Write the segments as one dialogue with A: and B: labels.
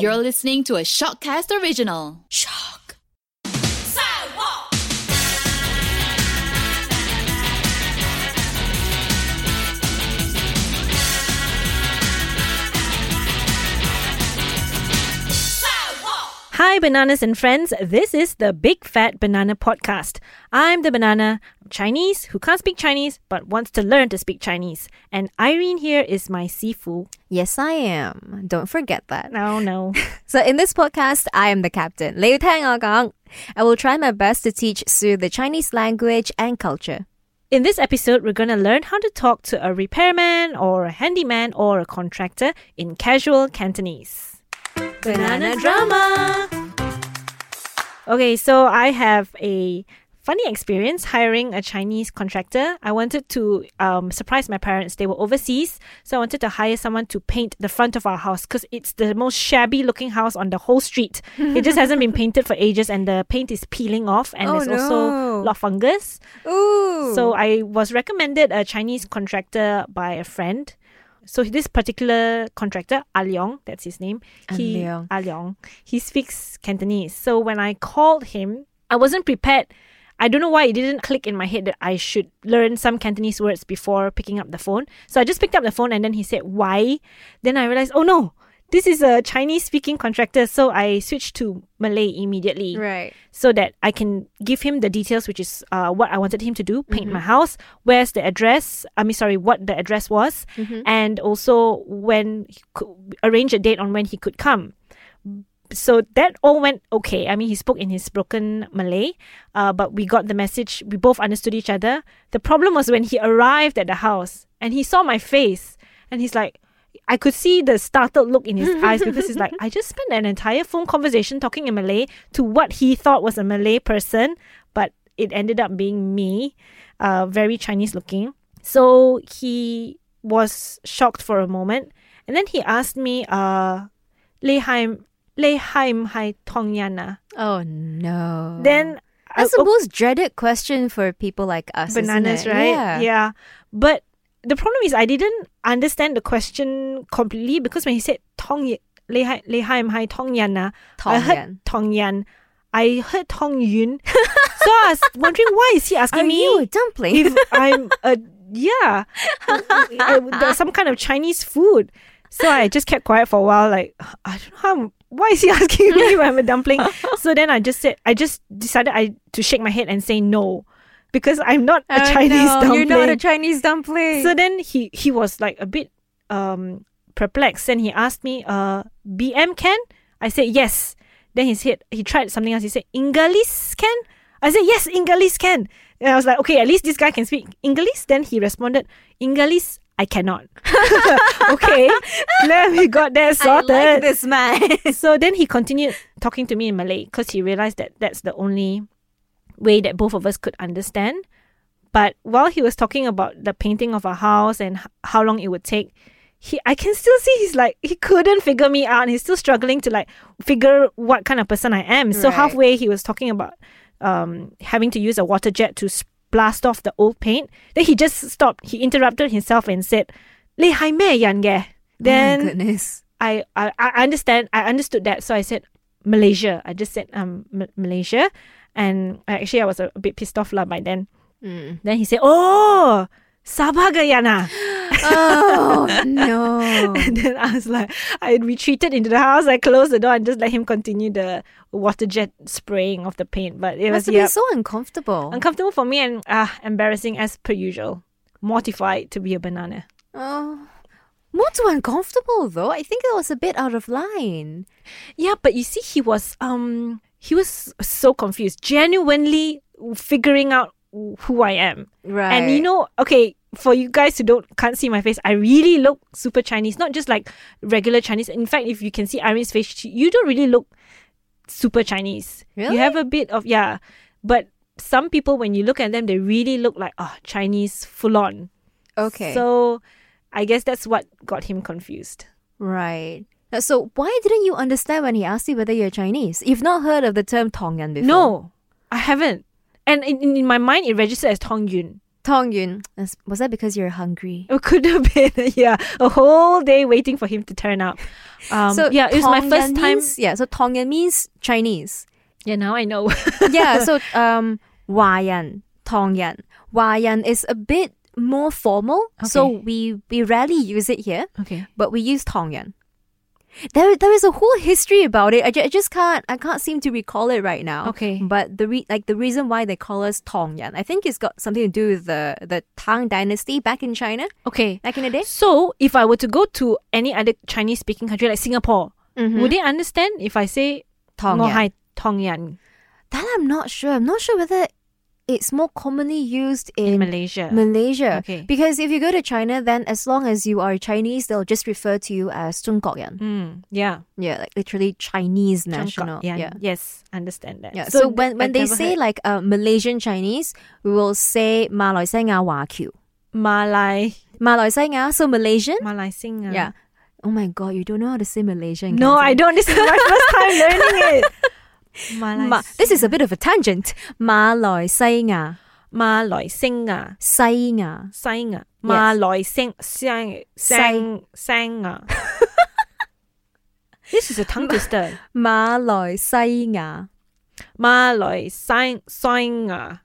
A: You're listening to a Shockcast original. Shock.
B: 赛沃，赛沃，
C: Hi, bananas and friends. This is the Big Fat Banana Podcast. I'm the banana, Chinese, who can't speak Chinese but wants to learn to speak Chinese. And Irene here is my sifu.
D: Yes, I am. Don't forget that.
C: No, no.
D: So in this podcast, I am the captain. 你要聽我講. I will try my best to teach Sue the Chinese language and culture.
C: In this episode, we're going to learn how to talk to a repairman or a handyman or a contractor in casual Cantonese.
D: Banana drama.
C: Okay, so I have a funny experience hiring a Chinese contractor. I wanted to um, surprise my parents. They were overseas, so I wanted to hire someone to paint the front of our house because it's the most shabby looking house on the whole street. it just hasn't been painted for ages, and the paint is peeling off, and
D: Oh,
C: there's also
D: no.
C: a lot of fungus.
D: Ooh.
C: So I was recommended a Chinese contractor by a friend. So this particular contractor, Aliong, that's his name. He,
D: Aliong.
C: Aliong. He speaks Cantonese. So when I called him, I wasn't prepared. I don't know why it didn't click in my head that I should learn some Cantonese words before picking up the phone. So I just picked up the phone and then he said, Why? Then I realized, oh no, this is a Chinese speaking contractor. So I switched to Malay immediately
D: right.
C: so that I can give him the details, which is uh, what I wanted him to do: paint my house, where's the address. I mean, sorry, what the address was, and also when he could arrange a date on when he could come. So that all went okay. I mean, he spoke in his broken Malay, uh, but we got the message. We both understood each other. The problem was when he arrived at the house and he saw my face, and he's like, I could see the startled look in his eyes because he's like, I just spent an entire phone conversation talking in Malay to what he thought was a Malay person, but it ended up being me, uh, very Chinese looking. So he was shocked for a moment. And then he asked me, uh, Lehaim, Lehaim Hai Tongyana.
D: Oh no.
C: Then uh,
D: that's the most dreaded question for people like us. isn't
C: bananas,
D: it?
C: right?
D: Yeah.
C: But the problem is I didn't understand the question completely because when he said Tong Ye- Lehai Lehaim Hai Tong Yan Na, I heard
D: Tongyan.
C: Tong Yan. I heard Tong Yun. so I was wondering why is he asking
D: Are
C: me
D: you a dumpling?
C: if I'm a yeah, I- there's some kind of Chinese food. So I just kept quiet for a while. Like I don't know how. I'm- Why is he asking me if I'm a dumpling? So then I just said I just decided I to shake my head and say no, because I'm not a
D: Oh,
C: Chinese
D: no,
C: dumpling.
D: You're not a Chinese dumpling.
C: so then he he was like a bit um perplexed and he asked me uh bm can i said yes then he said he tried something else he said english can i said yes english can and i was like okay at least this guy can speak english then he responded english i cannot okay then we got that
D: I
C: sorted
D: like this man.
C: so then he continued talking to me in Malay because he realized that that's the only way that both of us could understand. But while he was talking about the painting of our house and h- how long it would take, he I can still see he's like he couldn't figure me out. And he's still struggling to like figure what kind of person I am. So
D: Right.
C: halfway he was talking about um, having to use a water jet to s- blast off the old paint. Then he just stopped. He interrupted himself and said, "Le hai me yan ge." Then
D: oh my goodness.
C: I, I I understand. I understood that, so I said Malaysia. I just said um M- Malaysia, and I, actually I was a, a bit pissed off lah by then.
D: Mm.
C: Then he said, "Oh, Sabah Guyana."
D: Oh no.
C: And then I was like, I retreated into the house. I closed the door and just let him continue the water jet spraying of the paint. But it
D: must
C: was
D: have
C: yeah
D: been so uncomfortable.
C: uncomfortable for me and ah embarrassing as per usual. Mortified to be a banana.
D: Oh, not too uncomfortable though. I think it was a bit out of line.
C: Yeah, but you see, he was um he was so confused, genuinely figuring out who I am.
D: Right.
C: And you know, okay, for you guys who don't can't see my face, I really look super Chinese, not just like regular Chinese. In fact, if you can see Irene's face, she- you don't really look super Chinese.
D: Really?
C: You have a bit of yeah, but some people when you look at them, they really look like oh Chinese full on.
D: Okay.
C: So, I guess that's what got him confused.
D: right. Uh, So why didn't you understand when he asked you whether you're Chinese? You've not heard of the term Tongyan before.
C: No, I haven't. And in, in in my mind, it registered as Tong Yun.
D: Tongyun. Was that because you're hungry?
C: It could have been, yeah, a whole day waiting for him to turn up. Um, so yeah, it was my
D: Tongyun
C: first time.
D: means- yeah, so Tongyun means Chinese.
C: Yeah, now I know.
D: yeah, so um, Wayan, Tongyan. Wayan is a bit more formal, so
C: Okay.
D: we we rarely use it here,
C: okay.
D: but we use Tongyan. There, there is a whole history about it. I, ju- I just can't, I can't seem to recall it right now.
C: Okay.
D: but the re- like the reason why they call us Tongyan, I think it's got something to do with the the Tang Dynasty back in China,
C: Okay.
D: back in the day.
C: So if I were to go to any other Chinese speaking country like Singapore,
D: Mm-hmm.
C: would they understand if I say
D: Tongyan.
C: Ngohai Tongyan
D: That I'm not sure. I'm not sure whether it's more commonly used
C: in
D: in,
C: Malaysia?
D: Malaysia.
C: Okay.
D: Because if you go to China, then as long as you are Chinese, they'll just refer to you as Zhongguoyan.
C: Mm, yeah.
D: Yeah, like literally Chinese national.
C: Zhangkok, yeah,
D: yeah.
C: Yes, understand that.
D: Yeah, So, when, when
C: I've
D: they
C: never
D: say
C: heard
D: like uh, Malaysian Chinese, we will say Malaysia Wa Q.
C: Malay,
D: Malaysia, so Malaysian.
C: Malay singer.
D: Yeah. Oh my god, you don't know how to say Malaysian.
C: No,
D: Kenzie.
C: I don't. This is my first time learning it. Malay,
D: Ma- this is a bit of a tangent. Malaysia,
C: Malay singer.
D: Sainga.
C: Singer. Malay sing sang sang singer. This is a tongue twister.
D: Malaysia.
C: Malay sing singer.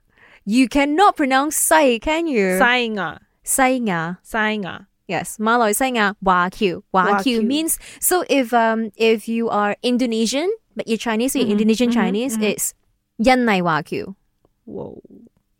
D: You cannot pronounce Sai, can you?
C: Singer.
D: Sainga.
C: Singer.
D: Yes, Malaysia Wah Q. Wah Q
C: Wagyu.
D: means so if um if you are Indonesian but you're Chinese, so you're Indonesian Chinese, it's Yan Nai Wah Q.
C: Whoa.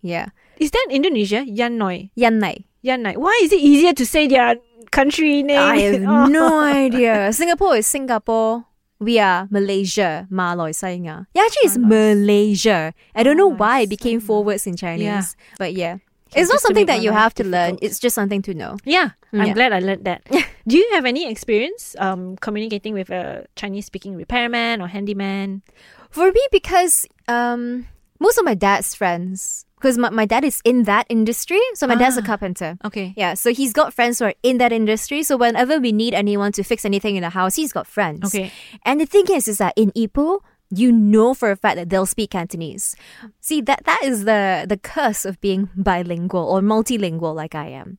D: Yeah.
C: Is that Indonesia? Yanoi.
D: Yan Nai.
C: Yanai. Why is it easier to say their country name?
D: I have
C: Oh.
D: no idea. Singapore is Singapore. We are Malaysia, Malaysia. Yeah, actually it's Malaysia. I don't know why it became four words in Chinese.
C: Yeah.
D: But yeah.
C: Okay,
D: it's not
C: just to
D: something
C: make my
D: that you
C: life
D: have to learn.
C: difficult.
D: It's just something to know.
C: Yeah, I'm
D: Yeah.
C: glad I learned that. Do you have any experience um, communicating with a Chinese speaking repairman or handyman?
D: For me, because um, most of my dad's friends, because my, my dad is in that industry, so my
C: Ah.
D: dad's a carpenter.
C: Okay.
D: Yeah, so he's got friends who are in that industry. So whenever we need anyone to fix anything in the house, he's got friends.
C: Okay.
D: And the thing is, is that in Ipoh, you know for a fact that they'll speak Cantonese. See, that that is the the curse of being bilingual or multilingual, like I am.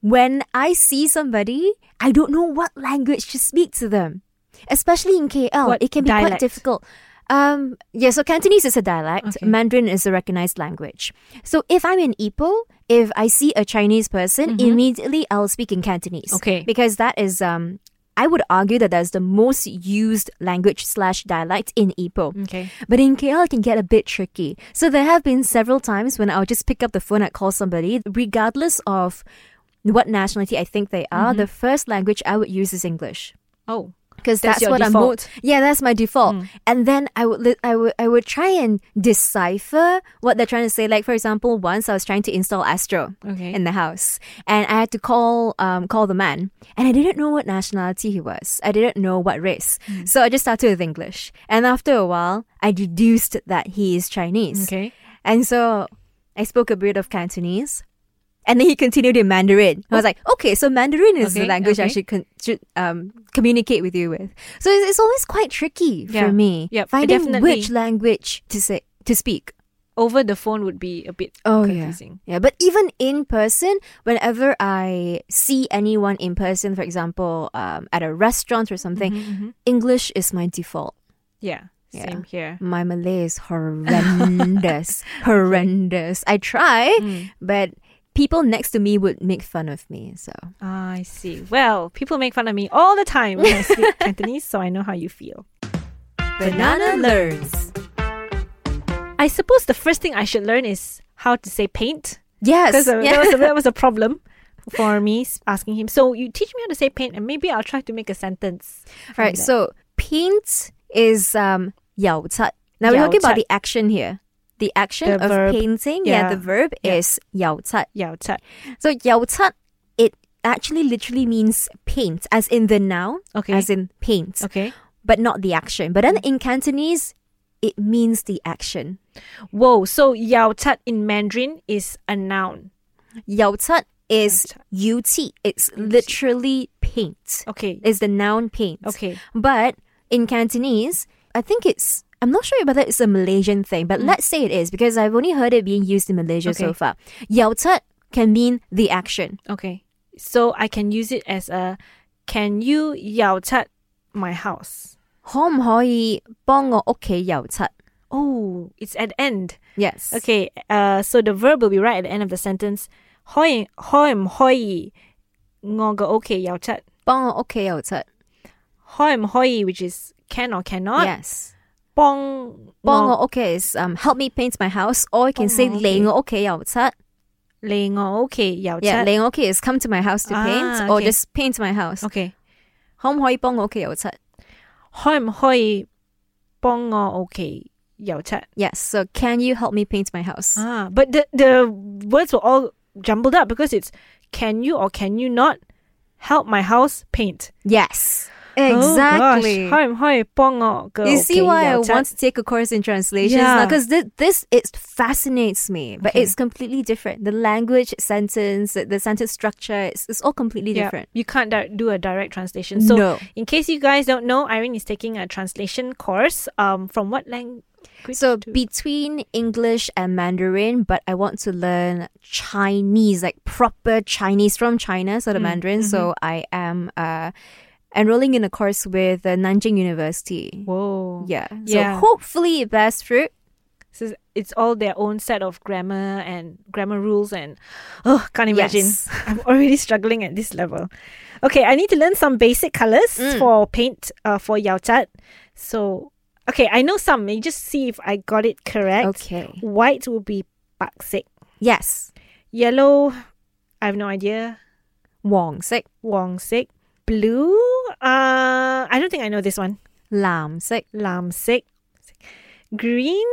D: When I see somebody, I don't know what language to speak to them, especially in KL.
C: What
D: it can be quite
C: dialect?
D: difficult. Um, yeah, so Cantonese is a dialect.
C: Okay.
D: Mandarin is a recognized language. So if I'm in Ipoh, if I see a Chinese person, immediately I'll speak in Cantonese.
C: Mm-hmm. Okay.
D: Because that is um I would argue that that's the most used language slash dialect in Ipoh.
C: Okay.
D: But in KL, it can get a bit tricky. So there have been several times when I'll just pick up the phone and call somebody, regardless of what nationality I think they are.
C: Mm-hmm.
D: The first language I would use is English
C: Oh.
D: because that's,
C: That's your
D: what
C: default. Mm.
D: I'm. Mo- yeah, that's my default. And then I would, li- I would, I would try and decipher what they're trying to say. Like for example, once I was trying to install Astro
C: Okay.
D: in the house, and I had to call, um, call the man, and I didn't know what nationality he was. I didn't know what race,
C: Mm.
D: so I just started with English. And after a while, I deduced that he is Chinese.
C: Okay.
D: And so I spoke a bit of Cantonese. And then he continued in Mandarin. I was like, okay, so Mandarin is the
C: Okay,
D: language I
C: okay.
D: should, con- should um, communicate with you with. So it's, it's always quite tricky
C: Yeah,
D: for me
C: yep,
D: finding
C: definitely.
D: which language to say to speak.
C: Over the phone would be a bit
D: Oh, yeah.
C: confusing.
D: Yeah, but even in person, whenever I see anyone in person, for example, um, at a restaurant or something,
C: Mm-hmm,
D: English is my default.
C: Yeah.
D: Yeah.
C: Same here.
D: My Malay is horrendous. horrendous. I try,
C: Mm.
D: but people next to me would make fun of me. So,
C: I see. Well, people make fun of me all the time when I speak Cantonese, so I know how you feel.
D: Banana learns.
C: I suppose the first thing I should learn is how to say paint.
D: Yes.
C: Because uh,
D: yeah.
C: that, was a, that was a problem for me s- asking him. So you teach me how to say paint, and maybe I'll try to make a sentence. from
D: right.
C: that.
D: So, paint is um yao Now we're talking about the action here. The action
C: The
D: of
C: verb.
D: painting. Yeah.
C: Yeah.
D: the verb
C: Yeah.
D: is yao
C: yeah, it's a-
D: So, yao it actually literally means paint, as in the noun,
C: Okay.
D: as in paint,
C: okay.
D: but not the action. But then in Cantonese, it means the action.
C: Whoa. So yao tat in Mandarin is a noun.
D: Yao cat is
C: 油漆.
D: yu qi. It's literally paint.
C: Okay.
D: Is the noun paint.
C: Okay.
D: But in Cantonese, I think it's I'm not sure whether it's a Malaysian thing, but let's say it is because I've only heard it being used in Malaysia so
C: Okay.
D: far. Yao cat can mean the action.
C: Okay. So I can use it as a can you yao tat my house?
D: 可唔可以幫我屋企郵差？
C: Oh, it's at end.
D: Yes.
C: Okay. Uh so the verb will be right at the end of the sentence. Hoi hoim hoi ngoga okay yao tat.
D: 幫我屋企郵差。
C: Hoim hoi which is can or cannot.
D: Yes.
C: Bong ngo-
D: 幫我屋企 is um, help me paint my house or you can say 嚟我屋企郵差。
C: lei ngo okay yao
D: Yeah,
C: tat.
D: 嚟我屋企 is come to my house to paint
C: Ah,
D: or
C: okay.
D: just paint my house.
C: Okay.
D: 可唔可以幫我屋企郵差？
C: Hoim hoi bong ngo okay yao tat.
D: Yes, so can you help me paint my house?
C: Ah, but the the words were all jumbled up because it's can you or can you not help my house paint?
D: Yes.
C: Oh, gosh.
D: Exactly.
C: Hoi, hoi, pong, oh, girl,
D: you see
C: okay,
D: why I
C: yao
D: want to
C: tat.
D: take a course in translations
C: Yeah.
D: because this it fascinates me, but
C: Okay.
D: it's completely different. The language, sentence, the sentence structure, it's, it's all completely
C: Yeah,
D: different.
C: You can't di- do a direct translation. So,
D: No.
C: in case you guys don't know, Irene is taking a translation course. Um, from what language?
D: So
C: to-
D: between English and Mandarin, but I want to learn Chinese, like proper Chinese from China,
C: Mm,
D: so the Mandarin. So
C: mm-hmm.
D: I am uh, enrolling in a course with uh, Nanjing University.
C: Whoa.
D: Yeah.
C: Yeah.
D: So hopefully it bears fruit.
C: So it's all their own set of grammar and grammar rules and oh can't imagine.
D: Yes.
C: I'm already struggling at this level. Okay, I need to learn some basic colors
D: Mm.
C: for paint uh, for Yao Tat. So okay, I know some. You just see if I got it correct.
D: Okay.
C: White will be baksik.
D: Yes.
C: Yellow, I have no idea.
D: Wong sick,
C: Wong sik. Blue, uh I don't think I know this one.
D: lam sick,
C: Lam sik. Green,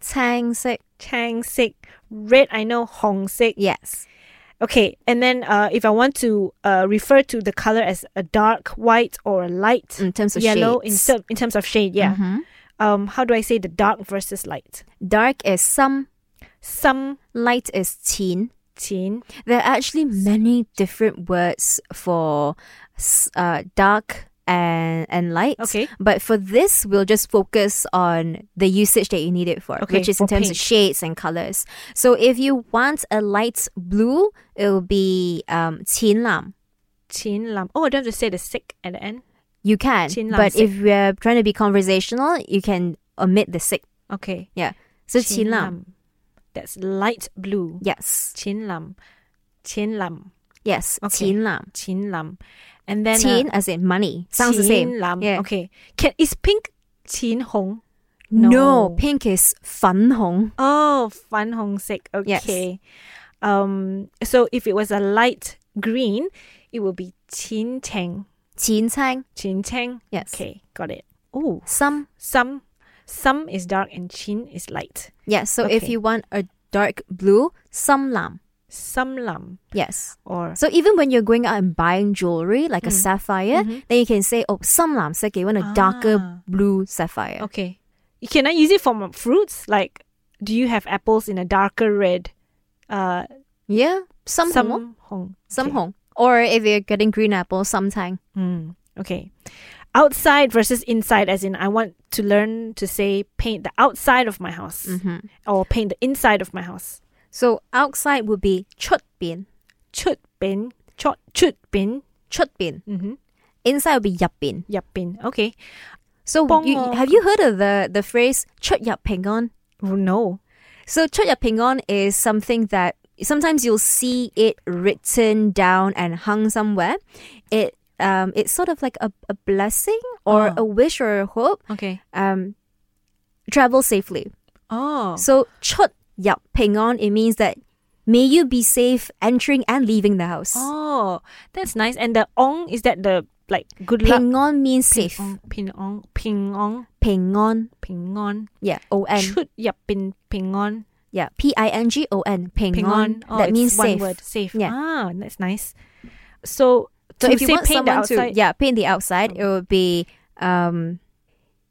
D: tang sick.
C: Chang sik. Red, I know Hong sik.
D: Yes.
C: Okay, and then uh, if I want to uh, refer to the color as a dark white or a light
D: In terms of
C: yellow in,
D: Mm, shades.
C: ter- in terms of shade, yeah.
D: Mhm.
C: Um, how do I say the dark versus light?
D: Dark is some,
C: Some
D: light is teen.
C: teen.
D: There are actually many different words for s- uh, dark and and light.
C: Okay.
D: But for this, we'll just focus on the usage that you need it for,
C: Okay,
D: which is in
C: for
D: terms
C: pink.
D: of shades and colors. So if you want a light blue, it'll be um, 浅蓝.
C: Chin lam. Oh, I don't have to say the sick at the end.
D: You can,
C: 浅蓝色.
D: but if we're trying to be conversational, you can omit the sick.
C: Okay.
D: Yeah. So 浅蓝.
C: That's light blue.
D: Yes.
C: Chin lam. Chin lam.
D: Yes.
C: Okay.
D: 浅蓝.
C: Chin lam. And then.
D: Qin
C: uh,
D: as in money. Sounds the same.
C: chin Lam.
D: Yeah.
C: Okay. Can, is pink chin hong?
D: No.
C: No.
D: pink is 粉红.
C: Oh, fan hong sek.
D: Yes.
C: Okay. Um so if it was a light green, it would be chin tang.
D: 浅青.
C: Chin tang.
D: Yes.
C: Okay, got it. Oh.
D: Some.
C: Some some is dark and chin is light.
D: Yes. So if
C: Okay.
D: you want a dark blue, some lam.
C: Some lam
D: Yes.
C: or
D: So even when you're going out and buying jewelry like a
C: Mm.
D: sapphire,
C: Mm-hmm.
D: then you can say, oh, some lam. So you want a darker blue sapphire.
C: Ah. okay. Can I use it for my fruits? Like do you have apples in a darker red? Uh
D: Yeah. Some, some hong.
C: some hong.
D: Some
C: Okay.
D: hong. Or if you're getting green apple, some tang.
C: Mm, okay. Outside versus inside, as in, I want to learn to say paint the outside of my house
D: Mm-hmm.
C: or paint the inside of my house.
D: So outside would be chut bin.
C: Chut bin, chot chut bin,
D: Chut bin.
C: mm-hmm.
D: Inside would be yap bin.
C: yap bin. Okay.
D: So
C: Bong
D: you,
C: or-
D: have you heard of the, the phrase chut yap pengon?
C: Oh, no.
D: So Choya Pingon is something that sometimes you'll see it written down and hung somewhere. It um, it's sort of like a, a blessing or
C: Ah.
D: a wish or a hope.
C: Okay.
D: Um, travel safely.
C: Oh.
D: So Chot Yap Pingon it means that may you be safe entering and leaving the house.
C: Oh, that's nice. And the ong is that the like good luck?
D: Pingon means safe.
C: Ong, Ping ong, ping ong,
D: Pingon.
C: ping on.
D: Yeah, O N.
C: Chut yap bin, ping on,
D: Yeah, P I N G O N.
C: ping on.
D: Pingon.
C: Oh,
D: that
C: it's
D: means
C: one
D: safe.
C: word. Safe.
D: Yeah.
C: Ah, that's nice. So.
D: So
C: to
D: if you
C: say
D: want
C: paint the
D: someone
C: outside,
D: to yeah paint the outside, it would be um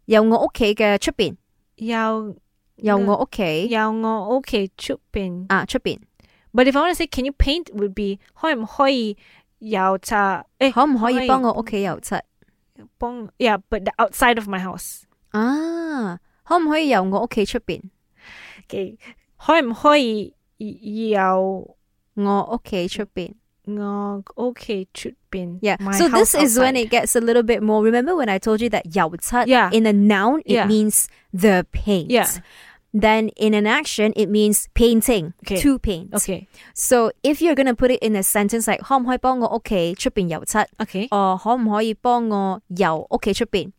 D: 由我屋企嘅出邊，
C: 要
D: 由我屋企
C: 要我屋企出邊。
D: 啊出邊，
C: But if I want to say can you paint would be 可唔可以油漆-誒，可唔可以幫- eh, Yeah, but the outside of my house.
D: 可唔可以幫我屋企油漆啊？可唔可以由我屋企出邊？
C: Okay. 可唔可以油-
D: 我okay chupin.
C: Ngog, okay, chut bin.
D: Yeah.
C: My
D: so this
C: house
D: is when
C: outside.
D: it gets a little bit more. Remember when I told you that yao cut
C: Yeah.
D: in a noun it
C: Yeah.
D: means the paint.
C: Yeah.
D: Then in an action it means painting.
C: Okay.
D: To paint.
C: Okay.
D: So if you're gonna put it in a sentence like 可唔可以幫我屋企出邊油漆？
C: Okay.
D: or 可唔可以幫我由屋企出邊？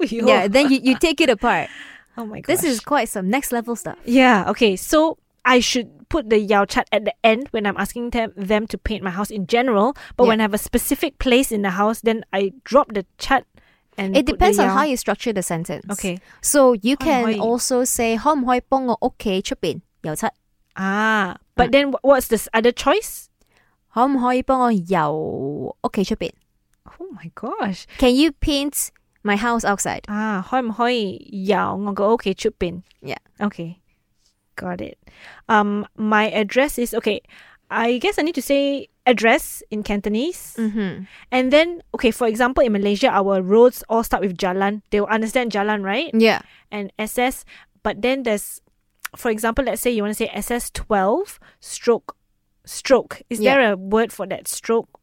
C: Yo.
D: Yeah, then you, you take it apart.
C: Oh my god.
D: This is quite some next level stuff.
C: Yeah, okay. So I should put the Yao chat at the end when I'm asking them, them to paint my house in general. But
D: Yeah.
C: when I have a specific place in the house, then I drop the chat and
D: It
C: put the
D: depends on
C: Yao.
D: how you structure the sentence.
C: Okay.
D: So you can
C: 可唔可以？
D: also say 可唔可以幫我屋企出邊油漆？
C: Ah, but then wh- what's this other choice?
D: 可唔可以幫我由屋企出邊？
C: Oh my gosh.
D: Can you paint my house outside?
C: Ah, 可唔可以由我個屋企出邊？
D: Yeah.
C: Okay. Got it. Um, my address is okay. I guess I need to say address in Cantonese,
D: Mm-hmm.
C: and then okay. For example, in Malaysia, our roads all start with jalan. They will understand jalan, right?
D: Yeah.
C: And SS. But then there's, for example, let's say you want to say SS twelve stroke, stroke. Is
D: Yeah.
C: there a word for that stroke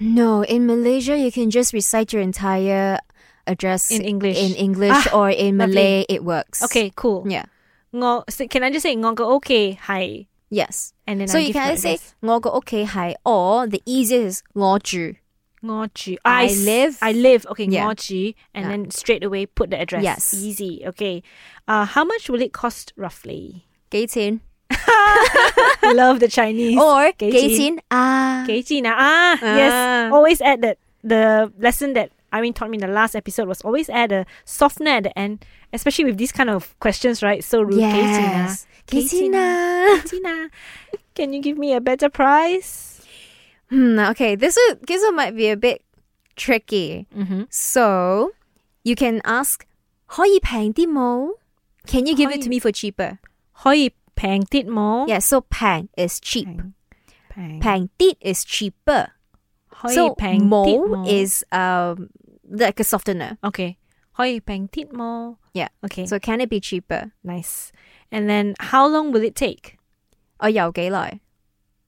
D: No, in Malaysia you can just recite your entire address
C: in English?
D: in English
C: Ah,
D: or in
C: lovely.
D: Malay. It works.
C: okay, cool.
D: Yeah.
C: Ngo- so can I just say ngo okay hi?
D: Yes.
C: And then
D: So
C: I
D: you
C: give
D: can
C: my
D: either say
C: address.
D: 我個屋企係 or the easiest is 我住.
C: Ngochi.
D: I
C: s-
D: live-
C: I live. Okay,
D: Yeah.
C: ngochi, and
D: Yeah.
C: then straight away put the address.
D: Yes.
C: easy. Okay, uh, how much will it cost roughly?
D: 幾錢?
C: Love the Chinese.
D: Or 幾錢?
C: 幾錢？
D: Ah.
C: Keiji na ah,
D: Ah.
C: yes. Always add that the lesson that Irene taught me in the last episode was always add a softener at the end, especially with these kind of questions, right? So rude.
D: Yes.
C: ah. 幾錢啊？Keiji na, can you give me a better price?
D: Hmm, okay, this one, this one might be a bit tricky.
C: Mm-hmm.
D: So you can ask 可以平啲冇? Can you give it to
C: 可以-
D: me for cheaper?
C: Hoi pang tit mo.
D: Yeah, so 平 is cheap.
C: Pang. Pang.
D: 平啲 is cheaper.
C: Hoi
D: so
C: pang tit mo.
D: 冇is um like a softener.
C: Okay. Hoi pang tit mo.
D: Yeah.
C: Okay.
D: So can it be cheaper?
C: nice. And then how long will it take?
D: Oh, 我有幾耐?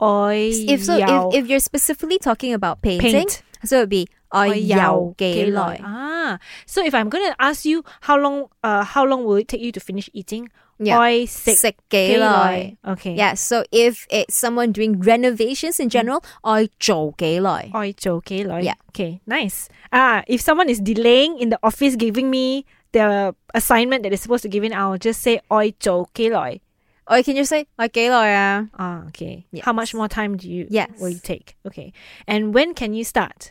C: Oi
D: If so,
C: yao
D: if, if you're specifically talking about painting,
C: Paint.
D: so it'd be
C: 我有幾耐。
D: 我有幾耐.
C: Ah, so if I'm gonna ask you how long, uh, how long will it take you to finish eating?
D: Yeah.
C: 我食幾耐。
D: 食幾耐.
C: Okay.
D: Yeah, so if it's someone doing renovations
C: Mm.
D: in general, 我做幾耐.
C: 我做幾耐。
D: Yeah.
C: Okay. Nice. Ah, if someone is delaying in the office giving me the assignment that is supposed to give in, I'll just say 我做幾耐.
D: Or you can just say 我幾耐啊.
C: Ah, okay. How much
D: Yes.
C: more time do you
D: Yes.
C: will you take? Okay. And when can you start?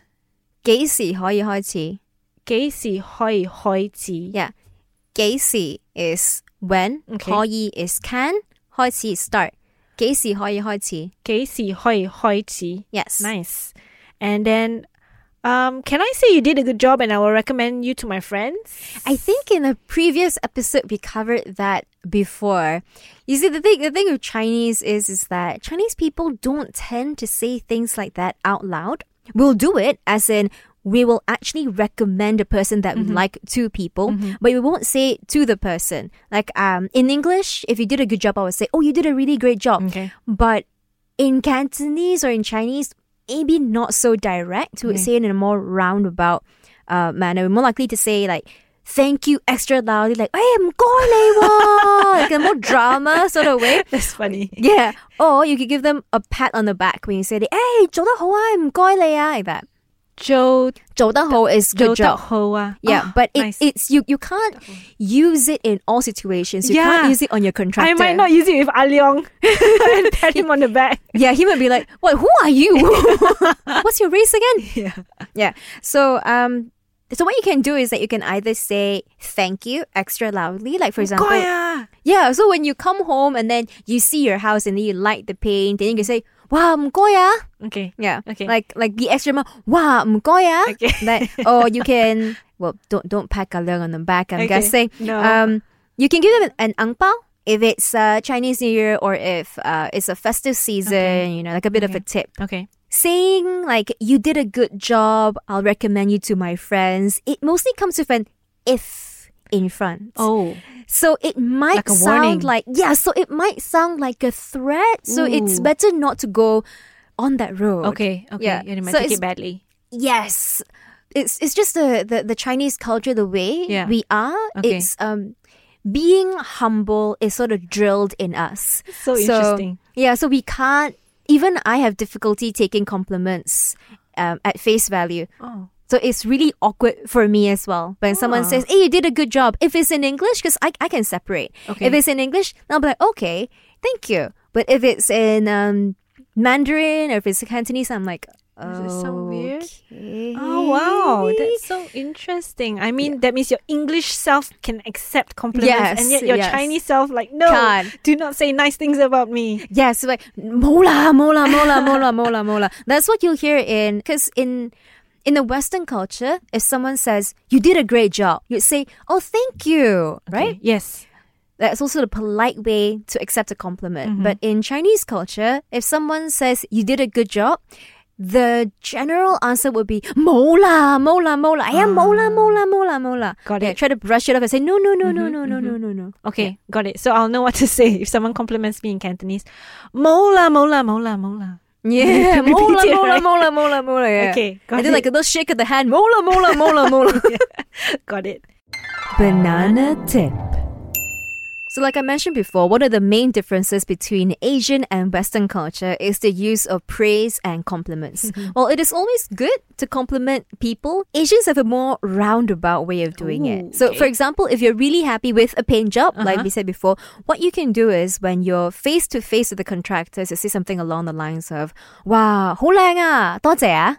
D: 幾時可以開始?
C: 幾時可以開始？
D: Yeah. 幾時 is when,
C: Okay.
D: 可以 is can, 開始 is start. 幾時可以開始?
C: 幾時可以開始？
D: Yes.
C: Nice. And then, um, can I say you did a good job and I will recommend you to my friends?
D: I think in a previous episode we covered that before. You see, the thing the thing with Chinese is is that Chinese people don't tend to say things like that out loud. We'll do it, as in we will actually recommend a person that we like to people, but we won't say it to the person. Like um, in English, if you did a good job, I would say, "Oh, you did a really great job."
C: Okay.
D: But in Cantonese or in Chinese, maybe not so direct. We would say it in a more roundabout uh, manner. We're more likely to say like "thank you" extra loudly, like "I am going like a more drama sort of way.
C: That's funny.
D: Yeah. Or you could give them a pat on the back when you say, the, "Hey, 做得好啊，唔該你啊," like that.
C: Joe Ah,
D: 做得好 is good job. Ah, Yeah, but it,
C: nice.
D: it's you. You can't use it in all situations. You
C: Yeah.
D: can't use it on your contractor.
C: I might not use it with Ah Leong and pat him on the back.
D: Yeah, he might be like, "What? Who are you? What's your race again?"
C: Yeah.
D: Yeah. So, um, so what you can do is that you can either say thank you extra loudly, like for example,
C: Goya.
D: yeah. So when you come home and then you see your house and then you light the paint, then you can say, "Wow, mgoya."
C: Okay.
D: Yeah.
C: Okay.
D: Like like the extra mile, "Wow, mgoya."
C: Okay.
D: Like, or you can well, don't don't pat Galang on the back. I'm
C: Okay.
D: guessing.
C: No.
D: Um, you can give them an, an ang pao if it's uh, Chinese New Year or if uh, it's a festive season. You know, like a bit of a tip
C: Okay.
D: saying like you did a good job i'll recommend you to my friends it mostly comes with an if in front.
C: Oh.
D: So it might
C: Like a warning.
D: sound like yeah, so it might sound like a threat. So it's
C: Ooh.
D: better not to go on that road.
C: Okay. Okay.
D: Yeah.
C: You might
D: So
C: take
D: it's-
C: it badly.
D: Yes. It's it's just the the, the Chinese culture, the way
C: Yeah.
D: we are.
C: Okay.
D: It's um being humble is sort of drilled in us.
C: So interesting.
D: Yeah, so we can't even I have difficulty taking compliments um, at face value.
C: Oh.
D: So it's really awkward for me as well when someone
C: Ah.
D: says, "Hey, you did a good job." If it's in English, because I, I can separate.
C: Okay.
D: If it's in English, then I'll be like, "Okay, thank you." But if it's in um, Mandarin or if it's Cantonese, I'm like, "Oh,
C: Does it sound weird?
D: Okay.
C: Oh wow, that's so interesting. I mean, that means your English self can accept compliments,
D: Yes,
C: and yet your
D: yes.
C: Chinese self, like, no,
D: Can't.
C: do not say nice things about me.
D: Yeah, so like mola, mola, mola, mola, mola, mola. That's what you'll hear in because in in the Western culture, if someone says you did a great job, you'd say, "Oh, thank you," right?
C: Eh? Yes.
D: That's also the polite way to accept a compliment. But in Chinese culture, if someone says you did a good job, the general answer would be mola, mola, mola. Yeah, mola, mola, mola, mola.
C: Got
D: Ah. Yeah, Mm-hmm,
C: it.
D: try to brush it off and say no, no, no, no, no, no, no, no, no.
C: Okay, got it. So I'll know what to say if someone compliments me in Cantonese. Mola, mola, mola, mola.
D: Yeah,
C: Repeat
D: mola,
C: it,
D: mola,
C: right?
D: mola, mola, mola. Yeah.
C: Okay, got
D: and then
C: it.
D: like a little shake of the hand, mola, mola, mola, mola.
C: Got it.
D: Banana tip. So, like I mentioned before, one of the main differences between Asian and Western culture is the use of praise and compliments. While it is always good to compliment people, Asians have a more roundabout way of doing it. So, for example, if you're really happy with a paint job, like we said before, what you can do is when you're face to face with the contractors, you say something along the lines of, Wow, 好靚啊，多謝啊."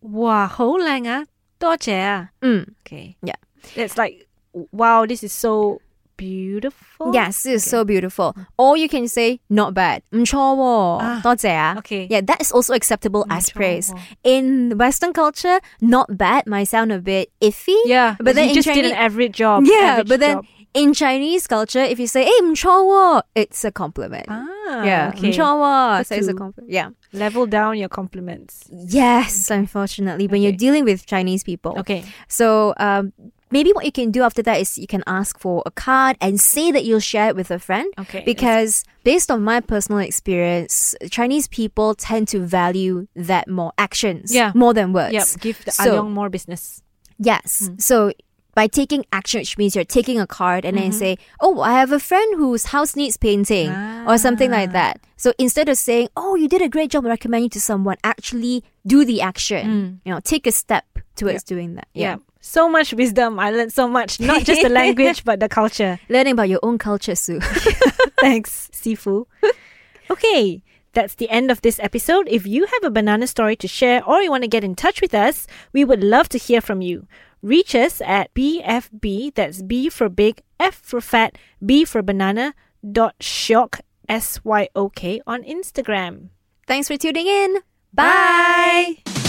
C: Wow, ah.
D: Mm.
C: Okay.
D: Yeah.
C: It's like, wow, this is so beautiful.
D: Yes, it's so beautiful. Or you can say not bad. 唔錯喎，
C: Ah,
D: 多謝啊。
C: okay.
D: Yeah, that is also acceptable as
C: 唔錯喎。
D: praise. In Western culture, not bad might sound a bit iffy.
C: Yeah.
D: but then in
C: you just
D: Chinese,
C: did an average job.
D: yeah,
C: average
D: but then
C: job.
D: in Chinese culture, if you say "eh, 唔錯喎," it's a compliment.
C: Ah,
D: yeah, 唔
C: okay.
D: 錯喎, so it's a
C: Good to-
D: compliment. Yeah.
C: Level down your compliments.
D: Yes, unfortunately, when you're
C: Okay.
D: dealing with Chinese people.
C: Okay.
D: So um, maybe what you can do after that is you can ask for a card and say that you'll share it with a friend.
C: Okay.
D: Because based on my personal experience, Chinese people tend to value that more actions,
C: Yeah.
D: more than words.
C: Yep. Hmm. Give the
D: So-
C: Alyong more business.
D: Yes. So by taking action, which means you're taking a card and then
C: Mm-hmm.
D: say, "Oh, I have a friend whose house needs painting," or
C: Ah.
D: something like that. So instead of saying, "Oh, you did a great job," I recommend you to someone. Actually, do the
C: Mm.
D: action. You know, take a step towards doing that.
C: Yeah. So much wisdom. I learned so much. Not just the language, but the culture.
D: Learning about your own culture, Sue.
C: Thanks, Sifu. Okay, that's the end of this episode. If you have a banana story to share or you want to get in touch with us, we would love to hear from you. Reach us at BFB, that's B for big, F for fat, B for banana, dot shock, S Y O K on Instagram.
D: Thanks for tuning in. Bye.
C: Bye.